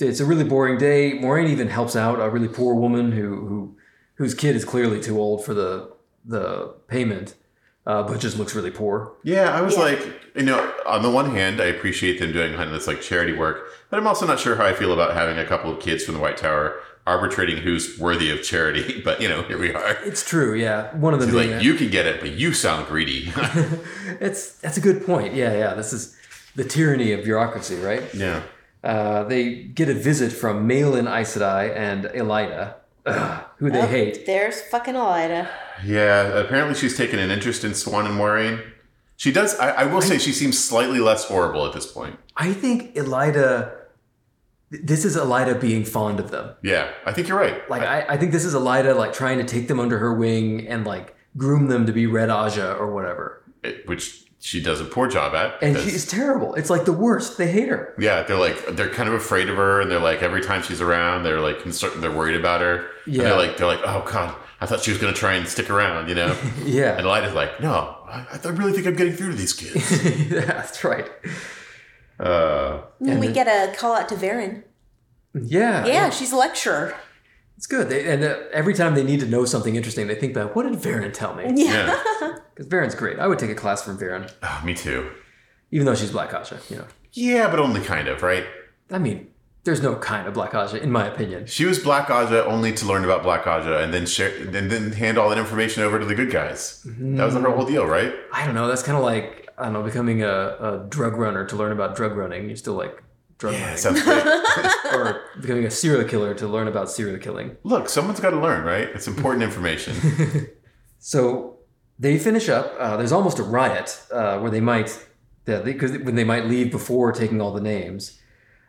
S3: it's a really boring day. Maureen even helps out a really poor woman who who whose kid is clearly too old for the the payment, uh, but just looks really poor.
S2: Yeah, I was
S1: Yeah.
S2: like, you know, on the one hand, I appreciate them doing kind of this like charity work, but I'm also not sure how I feel about having a couple of kids from the White Tower arbitrating who's worthy of charity. But you know, here we are.
S3: It's true, yeah. One of them
S2: It's
S3: being
S2: like
S3: a-
S2: you can get it, but you sound greedy.
S3: it's that's a good point. Yeah, yeah. This is the tyranny of bureaucracy, right?
S2: yeah.
S3: Uh, they get a visit from Malin Aes Sedai and Elida. Ugh, who they
S1: Oh,
S3: hate.
S1: There's fucking Elida.
S2: Yeah, apparently she's taken an interest in Swan and Moraine. She does. I, I will say she seems slightly less horrible at this point.
S3: I think Elida. This is Elida being fond of them.
S2: Yeah, I think you're right.
S3: Like I, I think this is Elida like trying to take them under her wing and like groom them to be Red Aja or whatever.
S2: It- which she does a poor job at.
S3: And
S2: because-
S3: she's terrible. It's like the worst. They hate her.
S2: yeah, they're like they're kind of afraid of her, and they're like every time she's around, they're like concerned, they're worried about her. Yeah,
S3: Yeah.
S2: they're like they're like, oh god, I thought she was gonna try and stick around, you know.
S3: Yeah.
S2: and Elida's like, no, I, I really think I'm getting through to these kids.
S3: That's right.
S2: uh,
S1: And
S3: And
S1: we
S3: the-
S1: get a call out to Varen.
S3: Yeah.
S1: Yeah, she's a lecturer.
S3: It's good. They, and uh, every time they need to know something interesting, they think back, what did Varen tell me?
S1: Yeah.
S2: yeah,
S3: Because Varen's great. I would take a class from Varen,
S2: Ah, me too.
S3: even though she's Black Asha, you know.
S2: Yeah, but only kind of, right?
S3: I mean, there's no kind of Black Aja, in my opinion.
S2: She was Black Aja only to learn about Black Aja and then share and then hand all that information over to the good guys. That was
S3: Mm.
S2: her whole deal, right?
S3: I don't know. That's kind of like, I don't know, becoming a, a drug runner to learn about drug running. You're still like drug
S2: Yeah,
S3: running.
S2: sounds great.
S3: or becoming a serial killer to learn about serial killing.
S2: Look, someone's got to learn, right? It's important information.
S3: So they finish up. Uh, there's almost a riot uh, where they might, because when they might leave before taking all the names,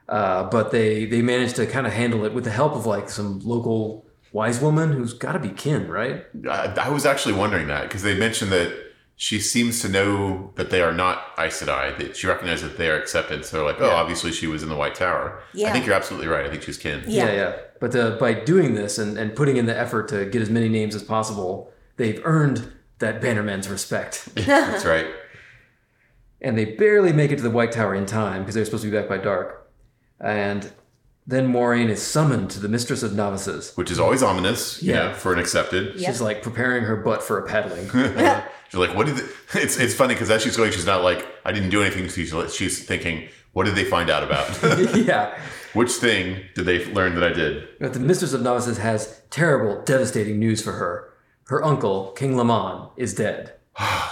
S3: uh, but they they manage to kind of handle it with the help of like some local wise woman who's got to be kin, right?
S2: I, I was actually wondering that because they mentioned that she seems to know that they are not Aes Sedai, that she recognizes that they are accepted. So, like, oh,
S3: Yeah.
S2: obviously she was in the White Tower. I
S1: Yeah.
S2: think you're absolutely right. I think she's kin.
S1: Yeah.
S3: yeah. But uh by doing this and, and putting in the effort to get as many names as possible, they've earned that Bannerman's respect.
S2: That's right.
S3: and they barely make it to the White Tower in time because they're supposed to be back by dark. And then Maureen is summoned to the Mistress of Novices.
S2: Which is always ominous, you
S3: Yeah.
S2: know, for an accepted.
S1: Yep.
S3: She's like preparing her butt for a paddling.
S2: She's like, what did they- it's it's funny because as she's going, she's not like, I didn't do anything. She's she's thinking, what did they find out about?
S3: yeah.
S2: Which thing did they learn that I did?
S3: But the Mistress of Novices has terrible, devastating news for her. Her uncle, King Lamon, is dead.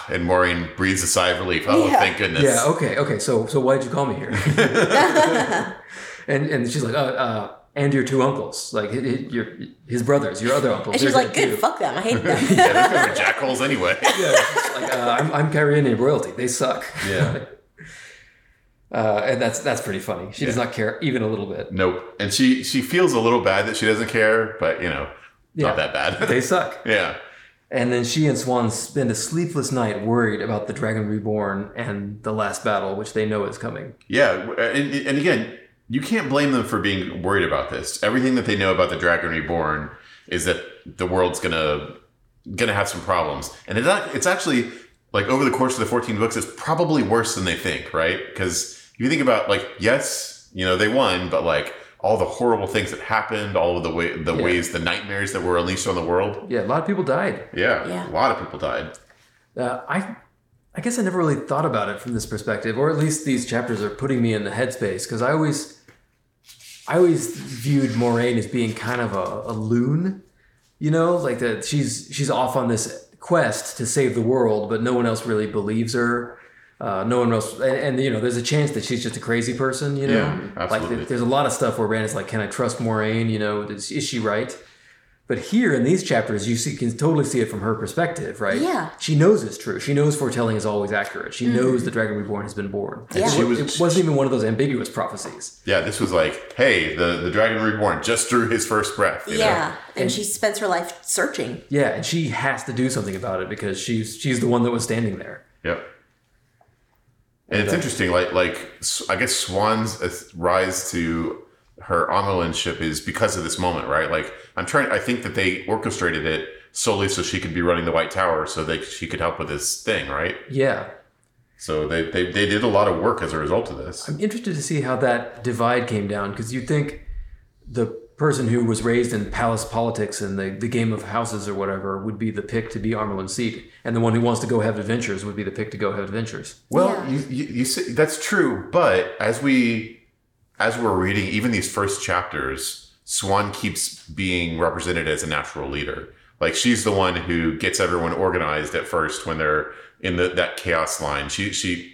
S2: And Maureen breathes a sigh of relief. Oh,
S1: Yeah.
S2: thank goodness.
S3: Yeah, okay, okay. So so why'd you call me here? and and she's like, uh, uh, and your two uncles, like hi- hi- your his brothers, your other uncles.
S1: And she's
S3: they're
S1: like,
S3: dead
S1: good,
S3: too."
S1: fuck them. I hate them.
S2: yeah, those guys are jackals anyway.
S3: Yeah, she's like, uh, I'm, I'm Kyrian royalty. They suck.
S2: Yeah.
S3: Uh, and that's that's pretty funny. She does not care even a little bit.
S2: Nope. And she she feels a little bad that she doesn't care, but you know,
S3: Yeah.
S2: not that bad.
S3: They suck.
S2: yeah.
S3: And then she and Swan spend a sleepless night worried about the Dragon Reborn and the last battle, which they know is coming.
S2: Yeah. And, and again, you can't blame them for being worried about this. Everything that they know about the Dragon Reborn is that the world's gonna gonna have some problems. And it's not, it's actually like over the course of the 14 books, it's probably worse than they think, right? Because if you think about like, yes, you know, they won, but like all the horrible things that happened, all of the way the
S3: Yeah.
S2: ways the nightmares that were unleashed on the world.
S3: Yeah, a lot of people died.
S2: Yeah,
S1: Yeah.
S2: A lot of people died.
S3: Uh, I, I guess I never really thought about it from this perspective, or at least these chapters are putting me in the headspace because I always, I always viewed Moraine as being kind of a, a loon, you know, like that she's she's off on this quest to save the world, but no one else really believes her. Uh, no one else, and, and you know, there's a chance that she's just a crazy person, you know.
S2: Yeah,
S3: Like
S2: absolutely.
S3: th- there's a lot of stuff where Rand is like, "Can I trust Moraine? You know, is, is she right?" But here in these chapters, you see can totally see it from her perspective, right?
S1: Yeah. Mm-hmm.
S3: She knows it's true. She knows foretelling is always accurate. She knows the Dragon Reborn has been born.
S1: Yeah.
S3: It,
S1: She
S2: was-
S3: it wasn't even one of those ambiguous prophecies.
S2: Yeah, this was like, hey, the, the Dragon Reborn just drew his first breath. you know?
S1: yeah. And she spends her life searching.
S3: Yeah, and she has to do something about it because she's she's the one that was standing there.
S2: Yep. And it's interesting, like like S- I guess Swan's uh, rise to her ship is because of this moment, right? Like I'm trying, I think that they orchestrated it solely so she could be running the White Tower, so that she could help with this thing, right?
S3: Yeah.
S2: So they they, they did a lot of work as a result of this.
S3: I'm interested to see how that divide came down because you think the person who was raised in palace politics and the, the game of houses or whatever would be the pick to be Armelin's seat, and the one who wants to go have adventures would be the pick to go have adventures.
S2: Well,
S1: Yeah.
S2: you, you, you see, that's true, but as we as we're reading even these first chapters, Swan keeps being represented as a natural leader. Like she's the one who gets everyone organized at first when they're in the, that chaos line. She she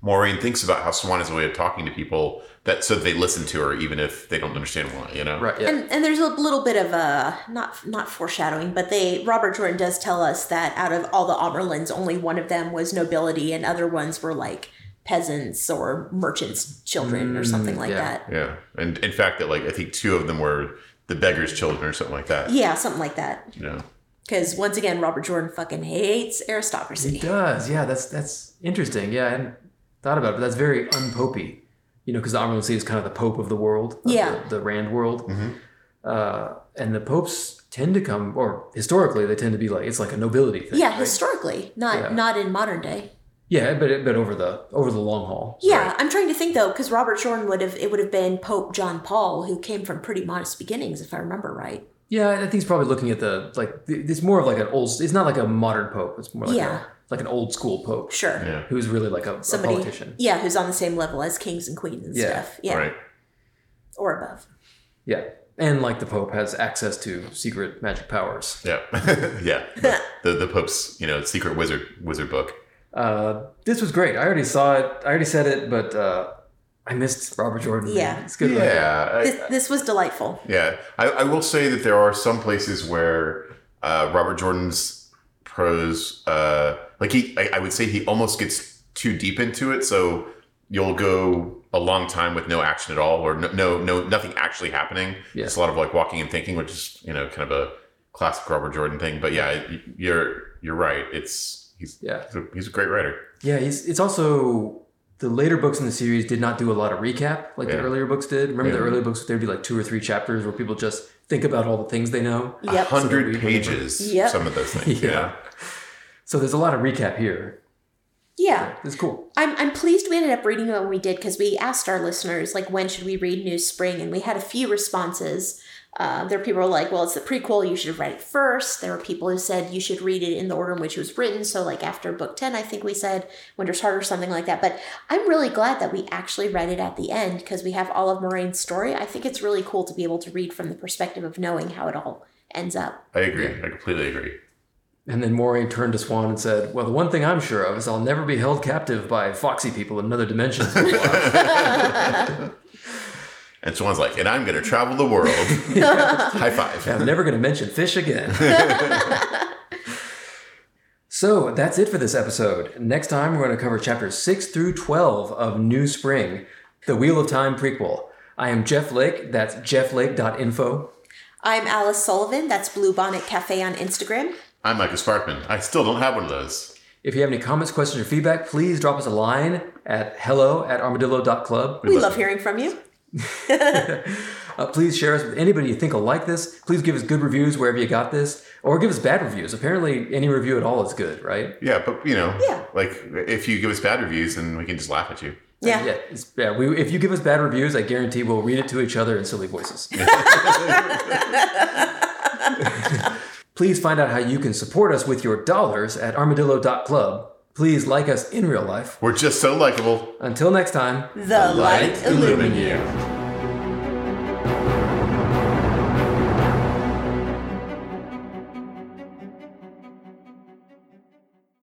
S2: Maureen thinks about how Swan is a way of talking to people that so they listen to her even if they don't understand why. You know,
S3: Right. Yeah.
S1: And, and there's a little bit of a not not foreshadowing, but they Robert Jordan does tell us that out of all the Omerlins, only one of them was nobility, and other ones were like peasants or merchants' children or something like
S3: Mm, yeah.
S1: that.
S2: Yeah, and in fact, that like I think two of them were the beggar's children or something like that.
S1: Yeah, something like that.
S2: You know,
S1: Because once again, Robert Jordan fucking hates
S3: He
S1: aristocracy.
S3: does. Yeah, that's that's interesting. Yeah, I hadn't thought about it, but that's very unpopey. You know, because the Amaryllis is kind of the pope of the world. of
S1: Yeah.
S3: The, the Rand world. Uh, and the popes tend to come, or historically, they tend to be like it's like a nobility thing.
S1: Yeah,
S3: right?
S1: historically, not
S3: Yeah.
S1: not in modern day.
S3: yeah, but it- but over the over the long haul.
S1: Yeah, I'm trying to think though, because Robert Jordan would have it would have been Pope John Paul, who came from pretty modest beginnings, if I remember right.
S3: Yeah, I think he's probably looking at the like. th- It's more of like an old. It's not like a modern pope. It's more like
S1: Yeah.
S3: a, like an old school pope
S1: Sure.
S2: yeah,
S3: who's really like a, a
S1: Somebody,
S3: politician.
S1: yeah, who's on the same level as kings and queens and
S3: Yeah.
S1: stuff, yeah,
S2: right.
S1: or above.
S3: Yeah, and like the pope has access to secret magic powers.
S2: Yeah, yeah. The, the the Pope's you know secret wizard wizard book.
S3: Uh, this was great. I already saw it. I already said it, but uh, I missed Robert Jordan. man.
S1: Yeah.
S3: it's good. right?
S2: Yeah, I-
S1: This, this was delightful.
S2: Yeah, I, I will say that there are some places where uh, Robert Jordan's prose, uh, like he, I, I would say he almost gets too deep into it. So you'll go a long time with no action at all, or no, no, no nothing actually happening.
S3: Yeah.
S2: It's a lot of like walking and thinking, which is you know kind of a classic Robert Jordan thing. But yeah, y- you're you're right. It's he's
S3: Yeah.
S2: he's a, he's a great writer.
S3: yeah. He's, it's also the later books in the series did not do a lot of recap like the
S2: Yeah.
S3: earlier books did. Remember the
S2: Yeah.
S3: earlier books? There'd be like two or three chapters where people just think about all the things they know.
S2: A
S1: Yep.
S2: hundred
S3: So we-
S2: pages.
S1: Yep.
S2: Some of those things.
S3: Yeah.
S2: You know?
S3: So there's a lot of recap here.
S1: Yeah.
S3: It's cool.
S1: I'm, I'm pleased we ended up reading it when we did because we asked our listeners like when should we read New Spring and we had a few responses. Uh, there were people who were like, well, it's the prequel, you should have read it first. There were people who said you should read it in the order in which it was written. So like after book ten, I think we said Winter's Heart or something like that. But I'm really glad that we actually read it at the end because we have all of Moraine's story. I think it's really cool to be able to read from the perspective of knowing how it all ends up.
S2: I agree. I completely agree.
S3: And then Moraine turned to Swan and said, "Well, the one thing I'm sure of is I'll never be held captive by foxy people in another dimension." for a while."
S2: And Swan's like, and I'm going to travel the world. High five.
S3: I'm never going to mention fish again. so that's it for this episode. Next time, we're going to cover chapters 6 through 12 of New Spring, the Wheel of Time prequel. I am Jeff Lake. That's jefflake.info.
S1: I'm Alice Sullivan. That's Blue Bonnet Cafe on Instagram.
S2: I'm Michael Sparkman. I still don't have one of those.
S3: If you have any comments, questions, or feedback, please drop us a line at hello at armadillo.club.
S1: We love hearing from you.
S3: Uh, please share us with anybody you think will like this. Please give us good reviews wherever you got this, or give us bad reviews. Apparently, any review at all is good, right?
S2: Yeah, but you know,
S1: Yeah.
S2: like if you give us bad reviews, then we can just laugh at you.
S1: Yeah.
S3: Yeah, it's, yeah. We, if you give us bad reviews, I guarantee we'll read it to each other in silly voices. Please find out how you can support us with your dollars at armadillo.club. Please like us in real life.
S2: We're just so likable.
S3: Until next time.
S1: The light illumines.
S2: you.